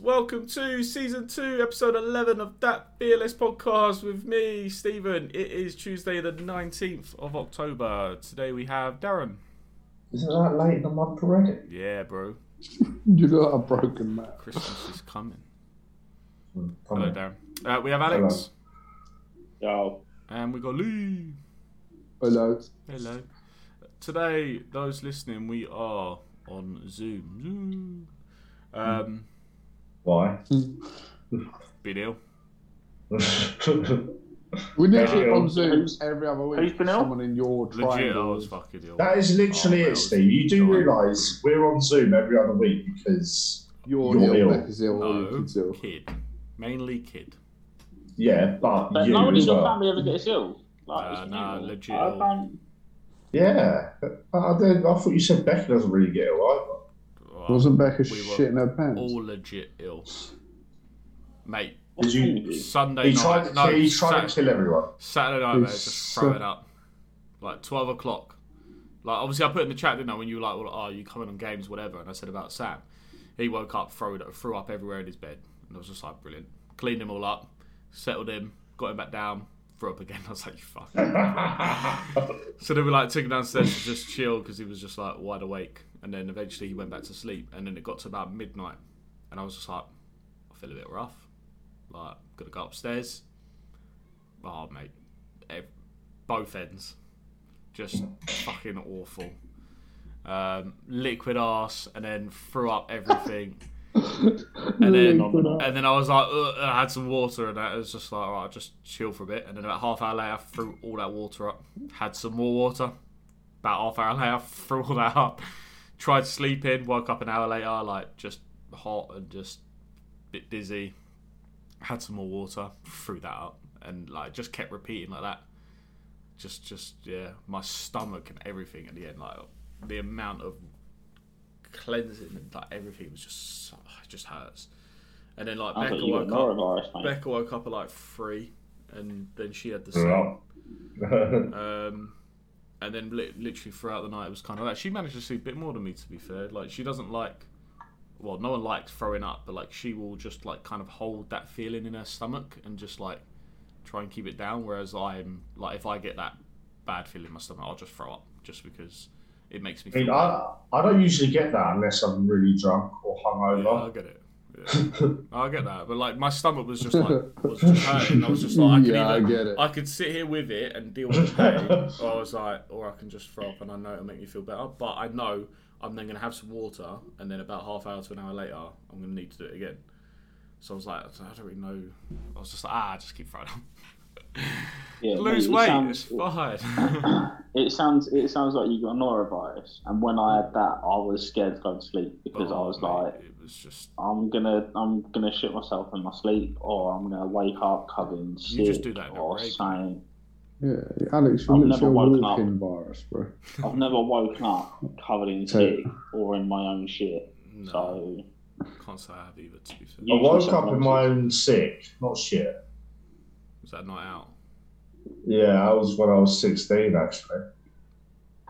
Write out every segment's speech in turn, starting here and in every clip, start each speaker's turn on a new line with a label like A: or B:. A: welcome to season two, episode 11 of That Fearless podcast with me, Stephen. It is Tuesday, the 19th of October. Today we have Darren.
B: Is it that late in the month already?
A: Yeah, bro.
C: You lot are broken, man.
A: Christmas is coming. Hello,
B: Hmm, Probably.
A: Darren. Uh, we have Alex.
D: Yo,
A: And we got Lee.
C: Hello.
A: Hello. Today, those listening, we are on Zoom. Zoom.
C: Hmm.
A: Um,
B: Why?
A: been ill.
B: that
C: We need
B: Hey,
C: it on
B: um,
C: Zoom every other week.
D: who's been ill?
C: Someone in your
A: Legit, I
C: triangle.
A: was fucking ill.
B: is literally
A: Oh,
B: it, Steve. You do
A: no.
B: realise we're on Zoom every other week because,
C: You're,
B: You're
C: ill.
B: ill.
C: Becca's ill.
A: No,
C: Luke's ill.
A: kid. Mainly kid.
B: yeah, but,
D: but
B: you
D: no one in
B: as
D: your
B: well.
D: family ever gets ill. Like,
A: Uh,
D: it's
A: nah,
D: normal.
A: legit
D: I
A: ill.
D: don't.
B: Yeah, but I, did, I thought you said Becky doesn't really get ill either.
A: Well,
C: Wasn't Becca
A: were
C: shitting her pants?
A: all legit ill. Mate,
B: Did you-
A: Sunday
B: He
A: night.
B: tried, to,
A: no,
B: he tried to
A: Sat-
B: kill everyone.
A: Saturday night, mate,
C: It's
A: just
C: so-
A: throwing up. Like 12 o'clock. Like, obviously, I put in the chat, didn't I, when you were like, well, oh, you coming on games, whatever. And I said about Sam. He woke up, threw, threw up everywhere in his bed. And I was just like, brilliant. Cleaned him all up, settled him, got him back down, threw up again. I was like, you fuck. So then we like took him downstairs to just chill because he was just like wide awake, and then eventually he went back to sleep, and then it got to about midnight, and I was just like, I feel a bit rough, like gotta go upstairs. Oh mate, ev- both ends, just fucking awful. Um, liquid ass, and then threw up everything, and then and then I was like, Ugh, and I had some water, and that it was just like, all right, just chill for a bit. And then about half hour later, I threw all that water up. Had some more water. About half hour later, I threw all that up. Tried to sleep in. Woke up an hour later, like just hot and just a bit dizzy. Had some more water. Threw that up, and like just kept repeating like that. Just, just yeah, my stomach and everything at the end, like the amount of cleansing, and like everything was just, so- it just hurts. And then like
D: I
A: Becca
D: thought you were
A: woke up.
D: norovirus, mate.
A: Becca woke up at like three, and then she had the same.
B: Well,
A: Um, and then li- literally throughout the night, it was kind of like she managed to sleep a bit more than me. To be fair, like she doesn't like, well, no one likes throwing up, but like she will just like kind of hold that feeling in her stomach and just like try and keep it down. Whereas I'm like, if I get that bad feeling in my stomach, I'll just throw up just because it makes me
B: I mean,
A: feel. bad.
B: I, I don't usually get that unless I'm really drunk or
A: Yeah, I
B: hungover.
A: get it. Yeah. I get that, but like my stomach was just like was just hurting. I was just like, I can
C: yeah, I
A: either-
C: get it.
A: I could sit here with it and deal with the pain, or I was like, or I can just throw up and I know it'll make me feel better. But I know I'm then going to have some water, and then about half hour to an hour later, I'm going to need to do it again. So I was like, I don't really know. I was just like, ah, just keep throwing up.
D: Yeah,
A: Lose
D: mate, it
A: weight,
D: sounds-
A: it's fine.
D: It sounds it sounds like you got norovirus, and when I had that, I was scared to go to sleep because I was
A: Oh, mate,
D: like,
A: it was just.
D: I'm gonna I'm gonna shit myself in my sleep, or I'm gonna wake up covered in shit,
A: just do that in a
D: or
A: rave.
D: saying
C: Yeah, Alex,
D: I've
C: you're literally
D: never
C: a
D: woken up.
C: walking virus, bro.
D: I've never woken up covered in
C: So-
D: shit or in my own shit.
A: No,
D: So
A: can't say I have either. To be fair,
B: I
D: Yeah.
B: woke up in my own sick, not shit.
A: was that night out?
B: Yeah, I was when I was 16, actually.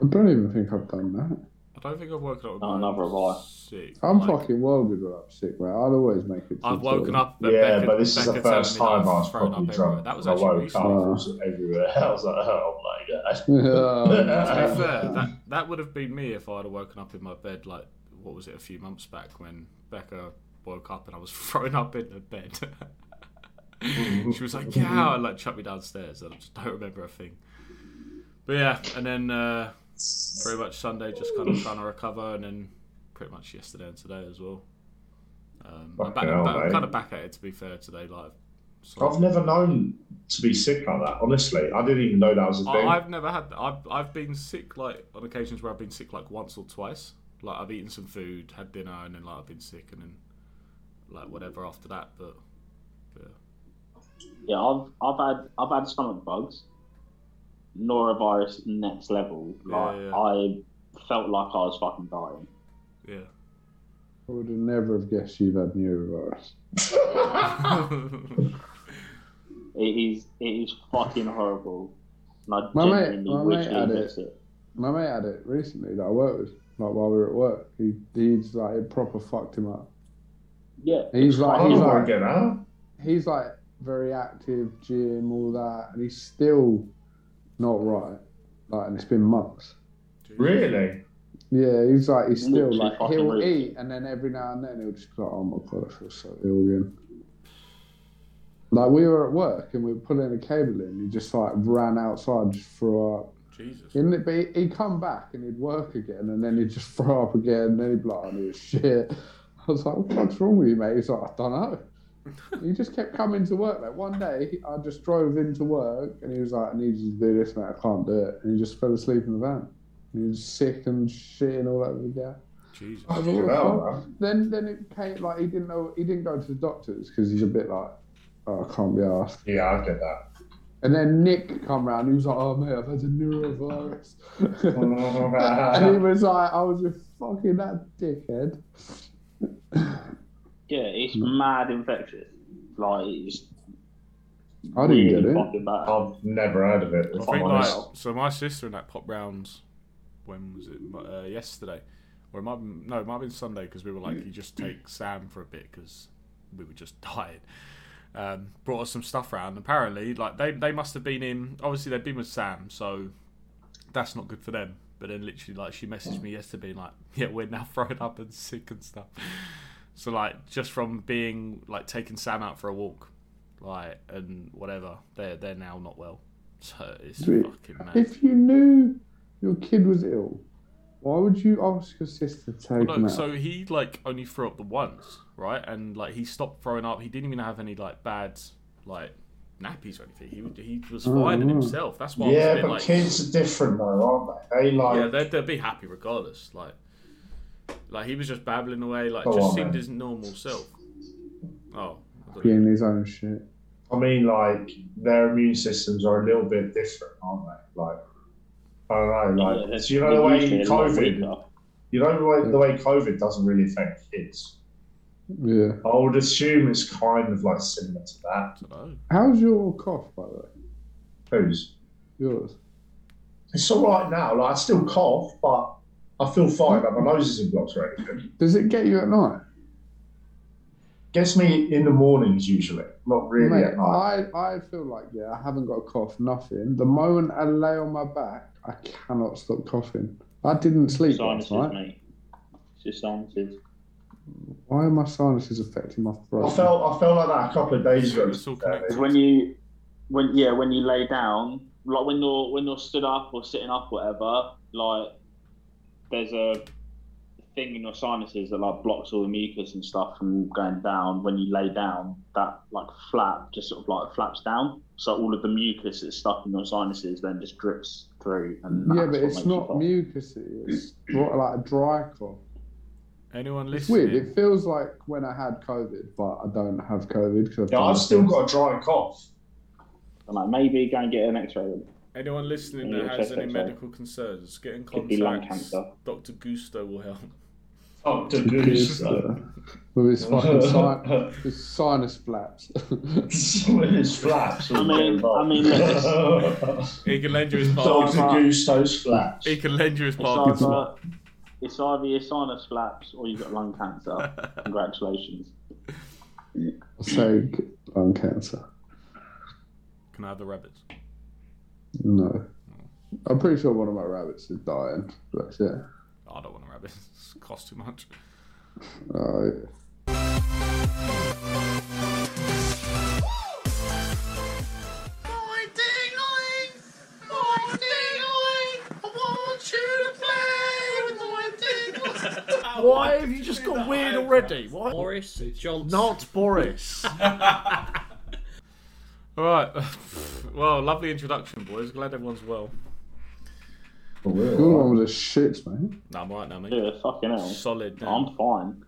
C: I don't even think I've done that.
A: I don't think I've woken up with
D: No,
A: my
D: neither have I.
A: sick.
C: I'm
A: like,
C: fucking welded when I'm sick, mate. I'll always make it. to
A: I've
C: the
A: woken
C: toilet.
A: up. and
B: yeah,
A: Becca-
B: but this is the
A: Becca telling
B: first
A: me that
B: time I
A: I've
B: was
A: thrown
B: probably
A: up
B: drunk.
A: everywhere. That was
B: I
A: actually
B: woke up
A: recent.
C: recent.
B: it was everywhere. I was like, oh my god.
C: Yeah.
A: To
B: Uh,
A: be fair, that, that would have been me if I'd have woken up in my bed like what was it a few months back when Becca woke up and I was thrown up in the bed. she was like, "Yeah," and like chucked me downstairs, and I just don't remember a thing. But yeah, and then uh, pretty much Sunday just kind of trying to recover, and then pretty much yesterday and today as well. Um, I'm,
B: Fucking
A: back,
B: hell,
A: back- I'm
B: mate.
A: kind of back at it to be fair today. Like, sort of-
B: I've never known to be sick like that, honestly. I didn't even know that was a
A: I,
B: thing.
A: I've never had. that. I've I've been sick like on occasions where I've been sick like once or twice. Like I've eaten some food, had dinner, and then like I've been sick, and then like whatever after that. But
D: Yeah, I've I've had I've had stomach bugs. Norovirus next level.
A: Yeah,
D: Like
A: yeah.
D: I felt like I was fucking dying.
A: yeah.
C: I would have never have guessed you've had neurovirus.
D: It is it is fucking horrible. And I
C: My mate-
D: genuinely
C: my
D: wish
C: mate
D: he
C: had
D: gets it.
C: My mate had it recently that I worked with, like while we were at work. He he's like it proper fucked him up.
D: Yeah.
C: He's
B: I
C: like
A: Oh
B: don't
C: he's
B: know why
C: like
B: I get out.
C: he's like very active, gym, all that, and he's still not right. Like, and it's been months.
B: Really?
C: Yeah, he's like he's still
D: Literally
C: like
D: fucking
C: he'll
D: rude.
C: eat, and then every now and then he'll just be like, "Oh my god, I feel so ill again." Like we were at work and we were pulling a cable in, he just like ran outside, just threw up.
A: Jesus.
C: In the, but he- he'd come back and he'd work again, and then he'd just throw up again, and then he'd be like, "I need a shit." I was like, "What's wrong with you, mate?" He's like, "I don't know." he just kept coming to work. Like one day, he- I just drove into work, and he was like, "I need you to do this, mate. I can't do it," and he just fell asleep in the van. And he was sick and shitting all over the gap.
A: Jesus.
C: I
B: Fucking
C: don't know.
B: hell, man.
C: Then, then it came like he didn't know he didn't go to the doctors because he's a bit like, oh, I can't be asked.
B: Yeah, I get that.
C: And then Nick come round. He was like, oh mate, I've had a neurovirus.
B: Oh,
C: and he was like, I was just fucking that dickhead.
D: Yeah, it's
C: Hmm.
D: mad infectious. Like, it's
C: I didn't get
D: really
C: it.
D: fucking bad.
B: I've never heard of it,
A: I
B: if I'm
A: think
B: honest.
A: like, so my sister and that popped round. When was it? Mu- Uh, yesterday, or it might have been, no, it might have been Sunday because we were like, you just take Sam for a bit because we were just tired. Um, brought us some stuff round. Apparently, like they they must have been in. Obviously, they've been with Sam, so that's not good for them. But then literally, like she messaged me yesterday, being like, yeah, we're now thrown up and sick and stuff. So like just from being like taking Sam out for a walk, like and whatever, they're they're now not well. So it's
C: Sweet.
A: fucking mad.
C: If you knew your kid was ill, why would you ask your sister to take
A: Well,
C: him
A: no,
C: out?
A: so he like only threw up the once, right? And like he stopped throwing up. He didn't even have any like bad like nappies or anything. He he was
C: Oh,
A: fine in
C: wow.
A: himself. That's why I was a
B: Yeah,
A: bit
B: but
A: like,
B: kids are different though, aren't they? They like
A: yeah, they'd, they'd be happy regardless. Like, like he was just babbling away. Like
B: Go
A: just
B: on,
A: seemed
B: man.
A: his normal self. Oh, I don't know.
C: Being his own shit.
B: I mean, like their immune systems are a little bit different, aren't they? Like, I don't know. Like,
D: Yeah,
B: so you know the way
D: usually a lot
B: COVID,
D: weaker.
B: you know the way, the way COVID doesn't really affect kids.
C: Yeah.
B: I would assume it's kind of like similar to that.
A: I don't know.
C: How's your cough, by the way?
B: Who's?
C: Yours.
B: It's all right now. Like, I still cough, but I feel fine. Like, my nose isn't blocked or anything.
C: Does it get you at night?
B: Gets me in the mornings usually, not really
C: Mate,
B: at night.
C: I, I feel like, yeah, I haven't got a cough, nothing. The moment I lay on my back, I cannot stop coughing. I didn't sleep last
D: Sinuses,
C: night.
D: mate. It's just sinuses.
C: Why are my sinuses affecting my throat?
B: I felt I felt like that a couple of days ago.
A: It's all connected.
D: 'Cause when you, when yeah, when you lay down, like when you're when you're stood up or sitting up, whatever, like there's a thing in your sinuses that like blocks all the mucus and stuff from going down. When you lay down, that like flap just sort of like flaps down, so all of the mucus that's stuck in your sinuses then just drips through. And
C: yeah, but
D: that's what
C: it's
D: makes you
C: not
D: cough.
C: mucusy. It's dry, like a dry cough.
A: Anyone
C: It's
A: listening?
C: weird. It feels like when I had COVID, but I don't have COVID. 'cause
B: Yeah,
C: done
B: I've
C: the
B: still
C: test.
B: got a dry cough.
D: And, like maybe go and get an X-ray.
A: Anyone listening
D: Yeah,
A: that has
D: chest
A: any
D: X-ray.
A: medical concerns, get in
D: Could be lung
A: contact.
D: cancer.
A: Doctor Gusto will help.
B: Oh, the
C: Because,
B: goose.
C: uh, with his fucking sin- his sinus flaps.
B: With his flaps.
D: I mean- I mean,
B: Dog
A: He can lend you his
D: Dogs.
A: parking.
B: the goose those flaps.
A: He can lend you his
D: It's
A: parking
D: either,
A: spot.
D: it's either your sinus flaps or you've got lung cancer. Congratulations.
C: so lung cancer.
A: Can I have the rabbits?
C: No. I'm pretty sure one of my rabbits is dying. But yeah.
A: I don't want a rabbit. It's cost too much.
C: Uh,
E: My dingling! My dingling! I want you to play with my dingling!
A: Why have you just got weird already? Why?
F: Boris Johnson.
A: Not Boris. All right. Well, lovely introduction, boys. Glad everyone's well.
C: your one was a shit, man.
A: No, I'm all right now, mate.
D: Yeah, fucking hell.
A: Solid. Now.
D: I'm fine.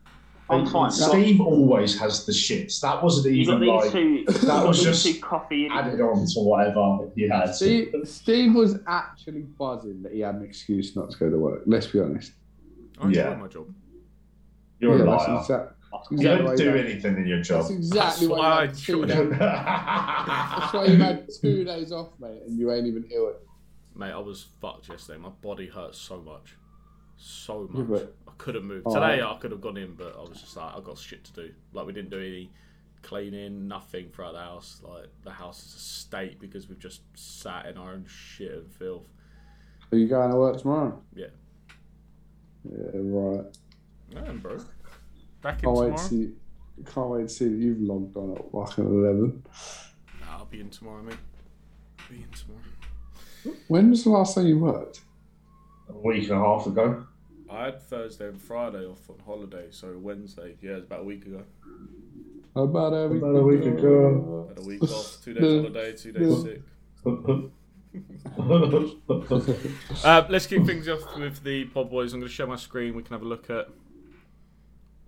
D: I'm fine.
B: Steve always has the shits. That wasn't
D: you got
B: even
D: these
B: like
D: two.
B: that was
D: these
B: just
D: two coffee.
B: added on to whatever he had.
C: Steve, Steve was actually buzzing that he had an excuse not to go to work. Let's be honest.
A: I enjoy
B: Yeah.
A: my job.
B: You're a
C: that's,
B: liar.
C: exact-
B: You don't
C: exactly
B: do
C: right.
B: anything in your
C: that's
B: job.
C: exactly
A: That's
C: why
A: why
C: you
A: I
C: had two
A: enjoy
C: days. That's why you had two days off, mate, and you ain't even ill.
A: Mate, I was fucked yesterday. My body hurt so much. So
C: Yeah,
A: much. I could have moved.
C: Oh.
A: Today I could have gone in, but I was just like, I got shit to do. Like we didn't do any cleaning, nothing throughout the house. Like the house is a state because we've just sat in our own shit and filth.
C: Are you going to work tomorrow?
A: Yeah.
C: Yeah, right.
A: Man, bro. Back in
C: Can't wait,
A: tomorrow.
C: to see, can't wait to see that you've logged on at fucking 11.
A: Nah, I'll be in tomorrow, mate. I'll be in tomorrow.
C: When was the last time you worked?
B: a week and a half ago.
A: I had Thursday and Friday off on holiday, so Wednesday, yeah, it's about a week ago.
C: About a week,
B: About a week ago.
A: Had a week off, two days holiday, two days sick. Uh, let's kick things off with the pod boys. I'm going to share my screen. We can have a look at.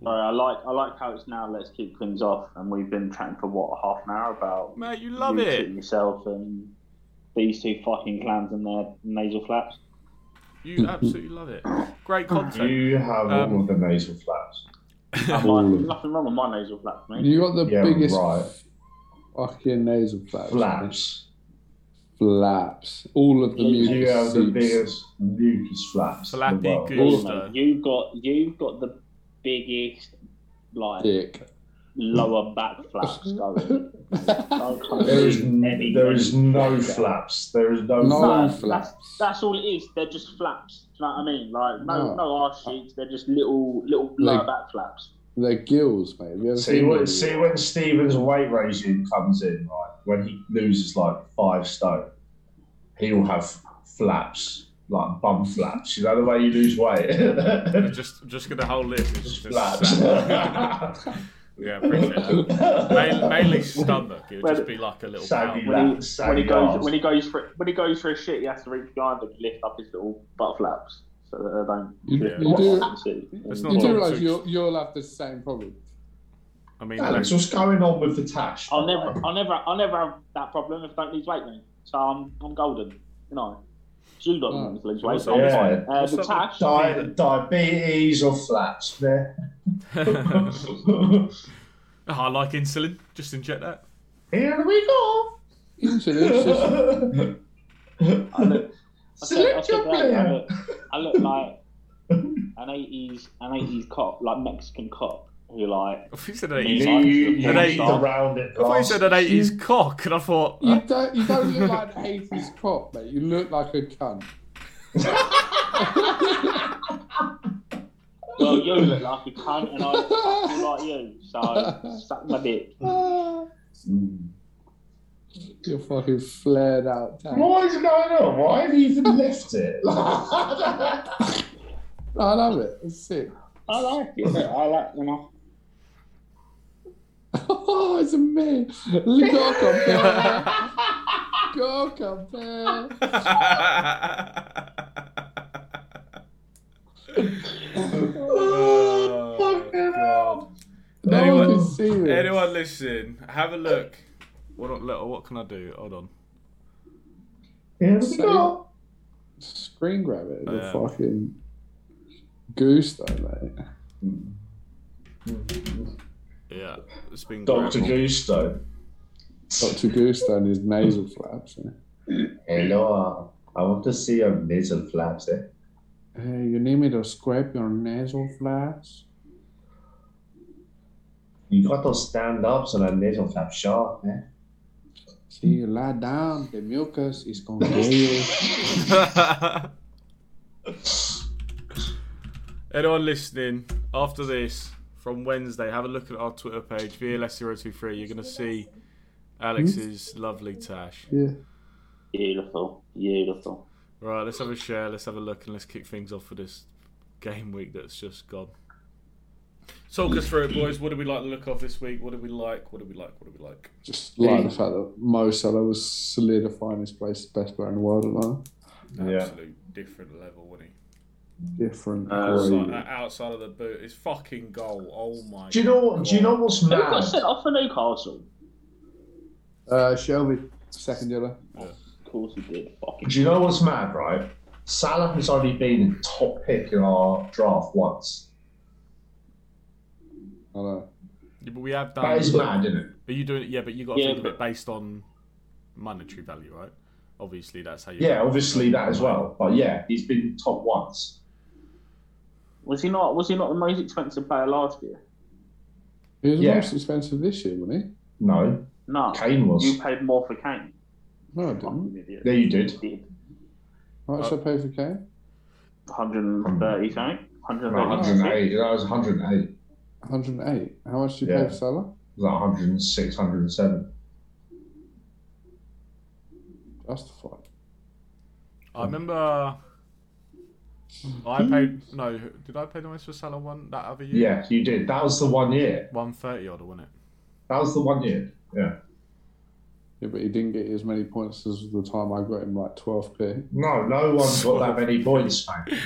D: Sorry, I like I like how it's now. Let's keep things off, and we've been chatting for what half an hour about
A: Mate, you love
D: you
A: it.
D: shitting yourself and these two fucking clams and their nasal flaps.
A: You absolutely love it. Great content.
B: you have
A: Um,
B: all of the nasal flaps.
D: Am I- nothing wrong with my nasal flaps, mate.
C: You got the
B: Yeah,
C: biggest
B: right.
C: fucking nasal flaps.
B: Flaps.
C: Flaps. All of the music.
B: You have the biggest mucus flaps. in the
A: Flappy
B: world.
A: goose.
D: Mate, You've got you've got the biggest like
C: Dick.
D: lower back flaps going. Don't come
B: There is,
D: to any-
B: there is no
D: Yeah.
B: flaps. There is no,
C: No
B: flaps.
C: flaps.
D: That's, that's all it is. They're just flaps. Do you know what I mean? Like no,
C: No.
D: no, arse cheeks. They're just little, little lower
C: Like-
D: back flaps.
C: They're gills, mate. Have you ever
B: See
C: seen
B: when,
C: them?
B: see when Stevens' weight regime comes in, right? When he loses like five stone, he will have flaps, like bum flaps. You know the way you lose
A: We're
B: weight.
A: just just gonna hold it. Just,
B: flaps.
A: just yeah, appreciate that. Main, mainly stomach. It would just be like a little. Bow.
B: Saggy
D: When he,
B: Flaps,
D: when he
B: saggy
D: goes
B: arse.
D: when he goes for when he goes for a shit, he has to reach behind and lift up his little butt flaps so that they don't.
C: You,
A: Yeah.
C: you do,
A: It's
C: you
A: not
C: do
A: like-
C: realise you'll, you'll have the same problem.
A: I mean,
B: Alex, what's going on with the tash?
D: I'll never, I'll never, I'll never have that problem if I don't lose weight, mate. So I'm, I'm golden. You know, Jude
C: Oh.
D: doesn't lose weight.
A: What's up with-
B: Yeah.
D: Uh,
A: what's
D: the
A: up with-
D: tash.
B: Di- diabetes or flaps there.
A: I like insulin. Just inject that.
B: Here we go.
C: Insulin, just-
D: I look, I said, I,
B: Select
D: said
B: your
D: earlier, I,
B: player.
D: look, I look like an eighties, an eighties cop, like Mexican cop, who like
A: I thought you said an
B: You
A: 80s.
B: need, you, you
A: An
B: need
A: eighty.
B: to round it.
A: I thought you said an
B: last.
A: 80s cock, and I thought.
C: you, don't, you don't look like an 80s cop, mate. You look like a cunt.
D: Well, you look like a cunt, and I look fucking like you. So suck my dick.
C: You're fucking flared out. Tank.
B: What is going on? Why have you even left it?
A: Oh,
C: I love it. It's sick.
D: I like it. I like you know.
C: Oh, it's me. Go compare. Go compare.
A: Oh, God.
C: No
A: Anyone-
C: one can see this.
A: Anyone listening, have a look. What, look, what can I do? Hold on.
B: Here we go.
C: Screen grab it. The
A: Yeah.
C: fucking goose, though, mate.
A: Yeah, it's been
B: Dr.
A: grabbed.
B: Gusto.
C: Dr. Goose, though, and his nasal flaps. eh?
B: Hello. uh, I want to see your nasal flaps. Eh?
C: Hey, you need me to scrape your nasal flaps?
B: You got to stand up so that nasal flap sharp, eh? man.
C: See, you lie down. The mucus is gonna kill you.
A: Anyone listening, after this, from Wednesday, have a look at our Twitter page, VLS023. You're going to see Alex's lovely tash.
C: Yeah.
D: Beautiful, beautiful.
A: Right, let's have a share, let's have a look, and let's kick things off for this game week that's just gone. Talk us through it, boys. What did we like the look of this week? What did we like? What did we like? What did we like?
C: Just like the fact that Mo Salah was solidifying his place as best player in the world at that.
B: Yeah.
A: Absolute different level, wasn't he?
C: Different.
D: Uh,
C: grade.
A: Outside, outside of the boot, his fucking goal. Oh my.
B: Do you know? Do you know what's
D: Who got
B: mad?
D: sent off for Newcastle?
C: Uh, Shelby, second yellow.
D: Of course he did. Fucking.
B: Do you know what's mad, right? Salah has only been top pick in our draft once.
C: I know.
A: Yeah, Um, but we have done.
B: That is mad, isn't it?
A: Are you doing it? Yeah, but you got to
D: Yeah,
A: think of
D: but-
A: it based on monetary value, right? Obviously, that's how you.
B: Yeah, obviously that as well. But yeah, he's been top once.
D: Was he not? Was he not the most expensive player last year?
C: He was
B: Yeah.
C: the most expensive this year, wasn't he?
B: No,
D: No,
B: Kane was.
D: you paid more for Kane.
C: No, I didn't.
D: Fucking idiot.
B: Yeah, you did.
C: How much did I pay for Kane?
D: 130 something.
B: No, 108.
D: 130.
B: That was 108. It
C: 108. How much did you
B: Yeah.
C: pay for Salah?
B: was like 106, 107.
C: Justified.
A: I remember. uh, I paid no. Did I pay the most for Salah one that other year?
B: Yeah, you did. That was the one year.
A: one thirty odd, wasn't it?
B: That was the one year. Yeah.
C: Yeah, but he didn't get as many points as the time I got him, like 12p.
B: No, no one got that many points, mate.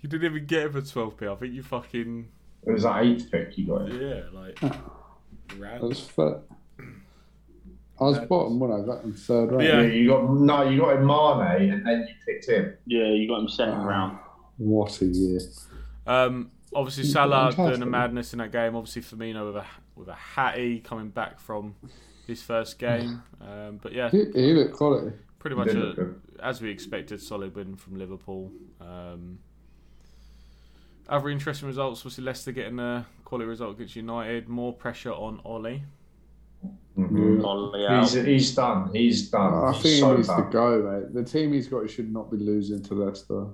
A: You didn't even get it for twelve p. I think you fucking
B: It was that eighth pick you got.
A: yeah, like. round.
C: That's fair. I was
A: That-
C: bottom when I got him third round.
A: Yeah.
B: Yeah, you got no, you got in Mane, and then you picked him.
D: Yeah, you got him second
C: Ah,
D: round.
C: What a year.
A: Um, obviously
C: He's
A: Salah
C: fantastic.
A: doing a madness in that game. Obviously Firmino with a with a hattie coming back from his first game. Um, but yeah,
C: He, he looked quality.
A: pretty much
B: Didn't
A: a,
B: it?
A: as we expected, solid win from Liverpool. Um, other interesting results was Leicester getting a quality result against United. More pressure on Ollie.
B: Mhm.
D: Ollie
B: He's,
D: out.
B: he's done. He's done.
C: Oh, I
B: he's
C: think he
B: so
C: needs
B: done.
C: to go, mate. The team he's got should not be losing to Leicester.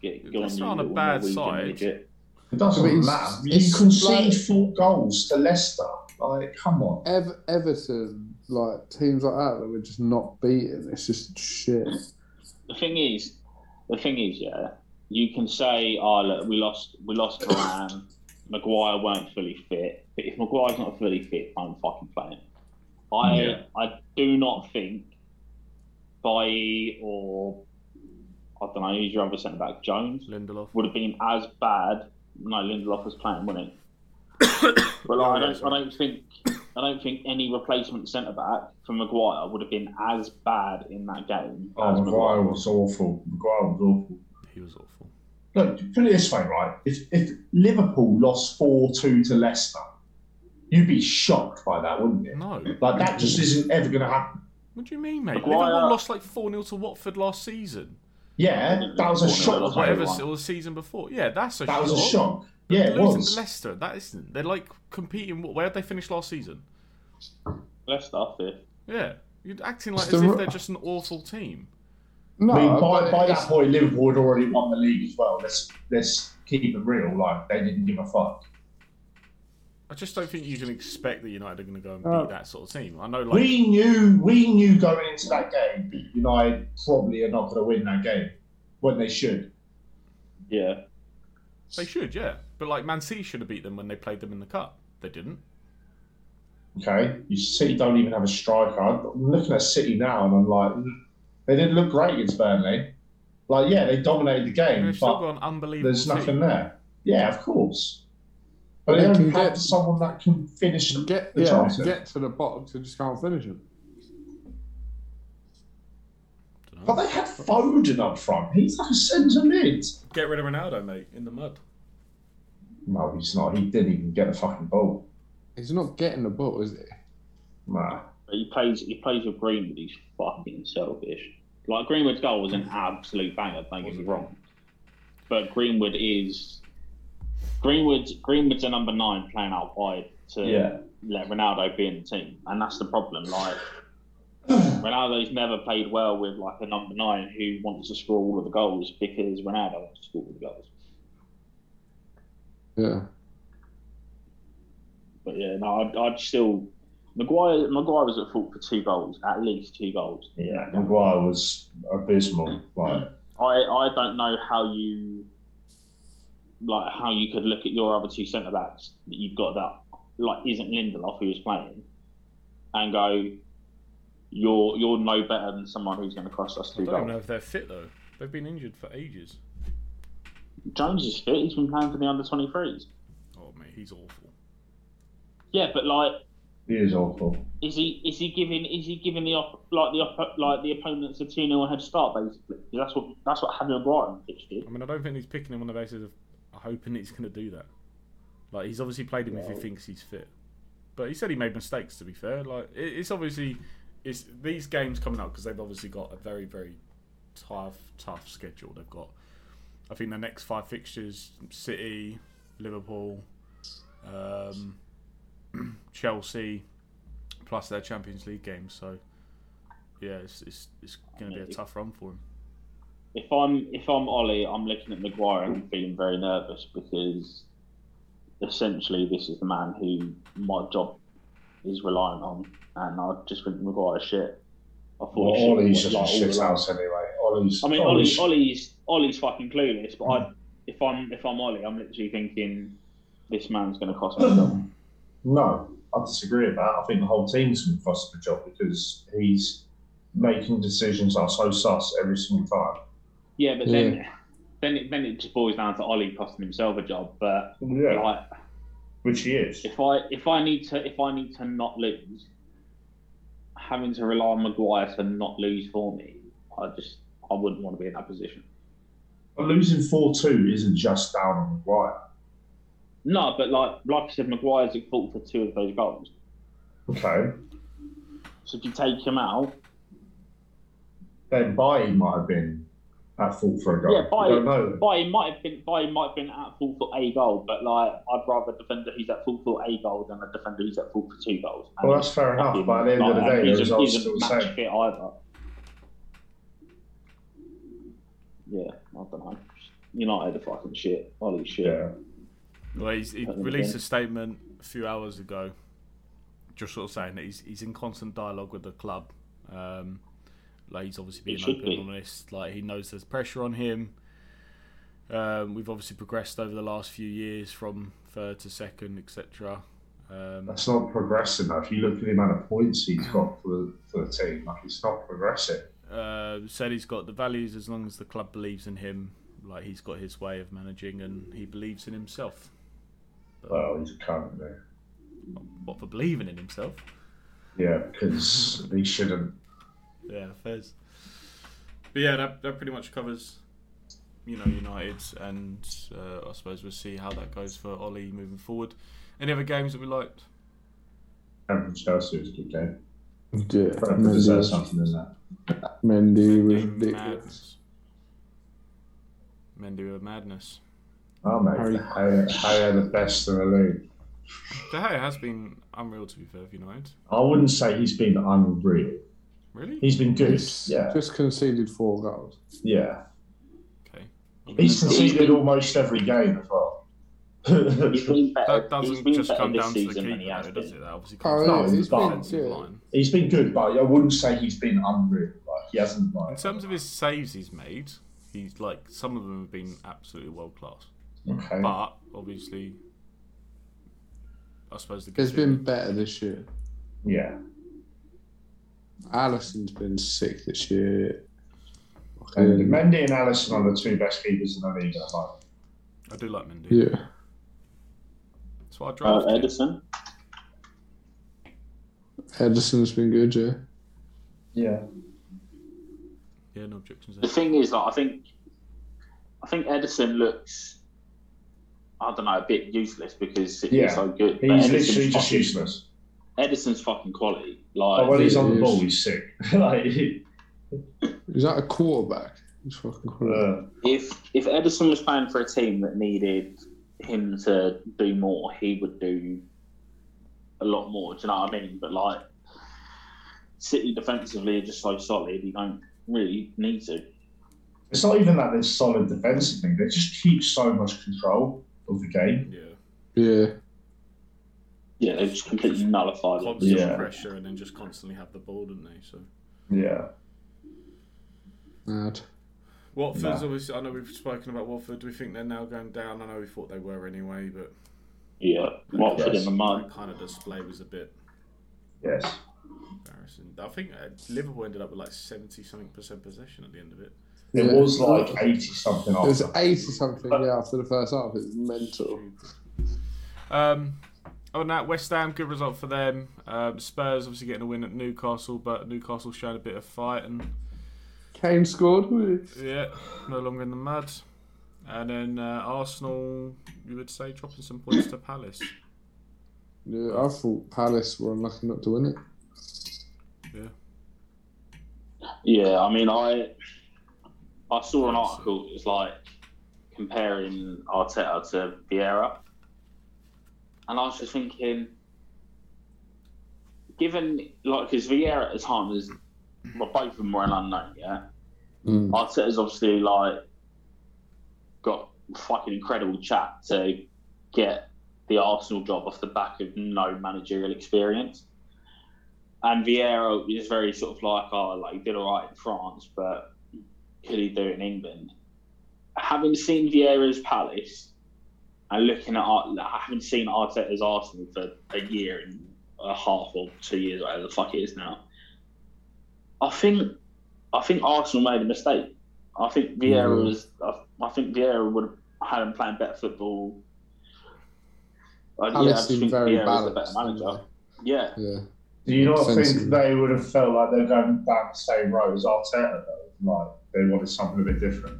D: Get- go
A: That's
D: you
A: not a
D: little
A: bad
D: Norwegian
A: side.
D: midget.
B: It
C: But
B: doesn't
C: it's-
B: matter.
C: it's
B: You concede
C: like-
B: four goals to Leicester. Like, come on.
C: Ev- Everton, like teams like that that we're just not beating. It's just shit.
D: The thing is, the thing is, yeah, you can say, oh look, we lost, we lost Ryan. Maguire weren't fully fit, but if Maguire's not fully fit, I'm fucking playing. I
B: Yeah.
D: I do not think by or I don't know who's your other centre back Jones
A: Lindelof.
D: would have been as bad. No, Lindelof was playing, wasn't he? but like, I don't, I don't think, I don't think any replacement centre back for Maguire would have been as bad in that game. as
B: Oh, Maguire was awful. Maguire was awful.
A: He was awful.
B: Look, put it this way, right? If, if Liverpool lost 4 2 to Leicester, you'd be shocked by that, wouldn't you?
A: No.
B: Like, that just isn't ever going to happen.
A: What do you mean, mate?
D: Maguire-
A: Liverpool lost like 4 0 to Watford last season.
B: Yeah, that was a shock.
A: Whatever,
D: Everyone.
A: or the season before. Yeah, that's a
B: That was
A: shock.
B: a shock. Yeah, it
A: Losing
B: was.
A: to Leicester, that isn't. They're like competing. Where did they finish last season?
D: Let's start fifth.
A: Yeah. You're acting like
C: It's
A: as
C: the
A: if
C: ru-
A: they're just an awful team.
C: No,
B: I mean, by,
C: but
B: by
C: it's-
B: that point, Liverpool had already won the league as well. Let's let's keep it real. Like they didn't give a fuck.
A: I just don't think you can expect that United are going to go and beat
C: Uh,
A: that sort of team. I know, like,
B: We knew we knew going into that game that United probably are not going to win that game when they should.
D: Yeah.
A: they should, yeah. But, like, Man City should have beat them when they played them in the Cup. They didn't.
B: Okay, you City don't even have a striker. I'm looking at City now, and I'm like, mm, they didn't look great against Burnley. Like, yeah, they dominated the game,
A: They've still
B: but
A: got an unbelievable
B: there's nothing
A: team.
B: there. Yeah, of course. But
C: They
B: they
C: can
B: don't have
C: get-
B: someone that can finish the
C: get
B: the
C: yeah,
B: chances.
C: get to the box and just can't finish him.
A: Dunno.
B: But they had Foden up front. He's like a centre mid.
A: Get rid of Ronaldo, mate, in the mud.
B: No, he's not. He didn't even get the fucking ball.
C: He's not getting the ball, is he?
B: Nah.
D: But he plays he plays with Greenwood, he's fucking selfish. Like Greenwood's goal was an absolute banger, don't get me wrong. But Greenwood is Greenwood's Greenwood's a number nine playing out wide to
B: Yeah.
D: let Ronaldo be in the team. And that's the problem. Like Ronaldo's never played well with like a number nine who wants to score all of the goals because Ronaldo wants to score all the goals.
C: Yeah.
D: But yeah, no, I'd, I'd still Maguire Maguire was at fault for two goals, at least two goals.
B: Yeah. Maguire was abysmal. Like,
D: I I don't know how you like how you could look at your other two centre backs that you've got that like isn't Lindelof who was playing and go you're you're no better than someone who's going to cost us
A: I
D: two
A: don't even know
D: goals.
A: if they're fit, though. They've been injured for ages.
D: Jones is fit. He's been playing for the under twenty threes.
A: Oh, mate, he's awful.
D: Yeah, but like,
B: he is awful.
D: is he is he giving is he giving the op- like the op- like the opponents a two 0 head start basically? 'Cause That's what that's what having Maguire on the pitch did.
A: I mean, I don't think he's picking him on the basis of hoping he's going to do that. Like, he's obviously played him if he
C: Well-
A: thinks he's fit. But he said he made mistakes. To be fair, like it, it's obviously it's these games coming up because they've obviously got a very very tough tough schedule. They've got I think the next five fixtures: City, Liverpool, um, Chelsea, plus their Champions League games. So, yeah, it's it's, it's going to be a tough run for him.
D: If I'm if I'm Ollie, I'm looking at Maguire and feeling very nervous because essentially this is the man who my job is reliant on, and I just think Maguire shit. I thought
B: Well,
D: he should
B: Ollie's
D: have
B: just a shit
D: won, like, all around.
B: house anyway. Ollie's.
D: I mean,
B: Ollie's-
D: Ollie's Ollie's Ollie's fucking clueless, but I, if I'm if I'm Ollie, I'm literally thinking this man's going to cost me. a job.
B: No, I disagree with that. I think the whole team's going to cost the job because he's making decisions that are so sus every single time.
D: yeah, but then then it, then it just boils down to Ollie costing himself a job. But
B: Yeah,
D: like,
B: which he is.
D: if I if I need to if I need to not lose, having to rely on Maguire to not lose for me, I just I wouldn't want to be in that position.
B: But losing four two isn't just down on Maguire.
D: No, but like like I said, Maguire's at fault for two of those goals.
B: Okay,
D: So if you take him out,
B: then Bailly might have been at fault for a goal.
D: Yeah,
B: I don't
D: Bayern,
B: know.
D: Bayern might have been Bayern might have been at fault for a goal, but like I'd rather a defender who's at fault for a goal than a defender who's at fault for two goals. And
B: Well, that's fair enough.
D: fucking,
B: But at the end of the
D: like,
B: day, the
D: he's a-
B: results
D: he's a
B: still the
D: match
B: same.
D: fit either. Yeah, I don't know. United are fucking shit. Holy shit.
B: Yeah,
A: Well, he's, he
D: Hasn't
A: released
D: been.
A: a statement a few hours ago, just sort of saying that he's he's in constant dialogue with the club. Um, like he's obviously being
D: should
A: open
D: be.
A: and honest. Like he knows there's pressure on him. Um, we've obviously progressed over the last few years from third to second, etc. Um,
B: that's not progressing. Though. If you look at the amount of points he's got for the, for the team, like it's not progressing.
A: uh, said he's got the values as long as the club believes in him. Like he's got his way of managing and he believes in himself.
B: Well, he's currently.
A: What for believing in himself?
B: Yeah, because he shouldn't.
A: Yeah, Fez. But yeah, that, that pretty much covers, you know, United, and uh, I suppose we'll see how that goes for Ollie moving forward. Any other games that we liked?
B: And Chelsea was a good game.
C: Yeah,
B: Brentford deserves
C: Mendy,
B: something in that.
C: Mendy was
A: Mendy,
C: ridiculous.
A: madness. Mendy with madness.
B: Oh, mate.
C: Harry-
B: Harry, Harry are the best in the league.
A: De Gea has been unreal to be fair for United.
B: I wouldn't say he's been unreal.
A: Really?
B: He's been good.
C: He's
B: Yeah.
C: Just conceded four goals.
B: Yeah.
A: Okay.
B: He's
D: He's
B: conceded
D: been-
B: almost every game as well.
D: He's been better.
A: That
D: he's
A: doesn't
D: been
A: just
D: better
A: come
D: this
A: down to the
D: season than he
A: keeper,
D: has
A: though,
D: been.
A: does it? That obviously
C: Oh,
A: comes
B: No,
A: down
C: yeah,
A: to the
B: he's
C: he's
B: been
C: been
A: defensive
C: good.
A: line.
B: he's been good, but I wouldn't say he's been unreal. Like he hasn't like
A: In terms of his saves he's made, he's like some of them have been absolutely world class.
B: okay.
A: But obviously, I suppose the
C: He's
A: good thing-
C: been better this year.
B: Yeah.
C: Allison's been sick this year.
B: And
C: Um,
B: Mendy and Allison are the two best keepers in the league at the moment.
A: I do like Mendy.
C: yeah.
A: That's why I
D: Uh,
A: drafted. him.
D: Edison.
C: Edison's been good, yeah.
B: Yeah.
A: yeah, no objections
D: the
A: there.
D: thing is, like, I think, I think Edison looks, I don't know, a bit useless because he's
B: Yeah.
D: so good. but
B: He's
D: Edison's
B: literally just
D: fucking-
B: useless.
D: Edison's fucking quality.
B: But
D: Like,
B: when he's
C: he
B: on the
C: is.
B: ball, he's sick. like, he-
C: Is that a quarterback? He's fucking quarterback.
B: uh,
D: if if Edison was playing for a team that needed him to do more, he would do a lot more. Do you know what I mean? But like, City defensively are just so solid. You don't really need to.
B: it's not even that they're solid defensively. They just keep so much control of the game.
A: Yeah,
C: Yeah.
D: Yeah, they just completely nullified it.
A: constant
B: Yeah.
A: pressure and then just constantly have the ball, didn't they? So
B: Yeah.
C: Mad.
A: Watford's
B: Nah.
A: obviously. I know we've spoken about Watford. Do we think they're now going down? I know we thought they were anyway, but
D: Yeah, Watford in the mud.
A: that kind of display was a bit
B: Yes.
A: embarrassing. I think uh, Liverpool ended up with like seventy something percent possession at the end of it.
B: It
C: Yeah.
B: was like 80 something
C: It was
B: after.
C: 80 something yeah, after the first half. It's mental.
A: Um, other than that, West Ham, good result for them. Um, Spurs obviously getting a win at Newcastle, but Newcastle showing a bit of fight and
C: Kane scored. woo.
A: yeah, no longer in the mud. And then uh, Arsenal, you would say, dropping some points to Palace.
C: Yeah, I thought Palace were unlucky not to win it.
D: Yeah, I mean, I I saw an article. It was like comparing Arteta to Vieira, and I was just thinking, given like because Vieira at the time was, well, both of them were an unknown, yeah.
C: Mm.
D: Hmm. Arteta's obviously like got fucking incredible chat to get the Arsenal job off the back of no managerial experience. And Vieira is very sort of like, oh, like he did all right in France, but could he do it in England? Having seen Vieira's Palace and looking at, Ar- I haven't seen Arteta's Arsenal for a year and a half or two years, whatever the fuck it is now. I think I think Arsenal made a mistake. I think Vieira
C: Mhm.
D: was. I, I think Vieira would have had him playing better football. Uh, yeah, I
C: Palace
D: just
C: seem
D: think
C: very
D: Vieira was a better
C: balanced.
D: manager.
C: didn't
D: Yeah,
C: they? Yeah.
B: Do you not
C: Sensible.
B: think they would have felt like they're going down the same road as Arteta though? Like they wanted something a bit different.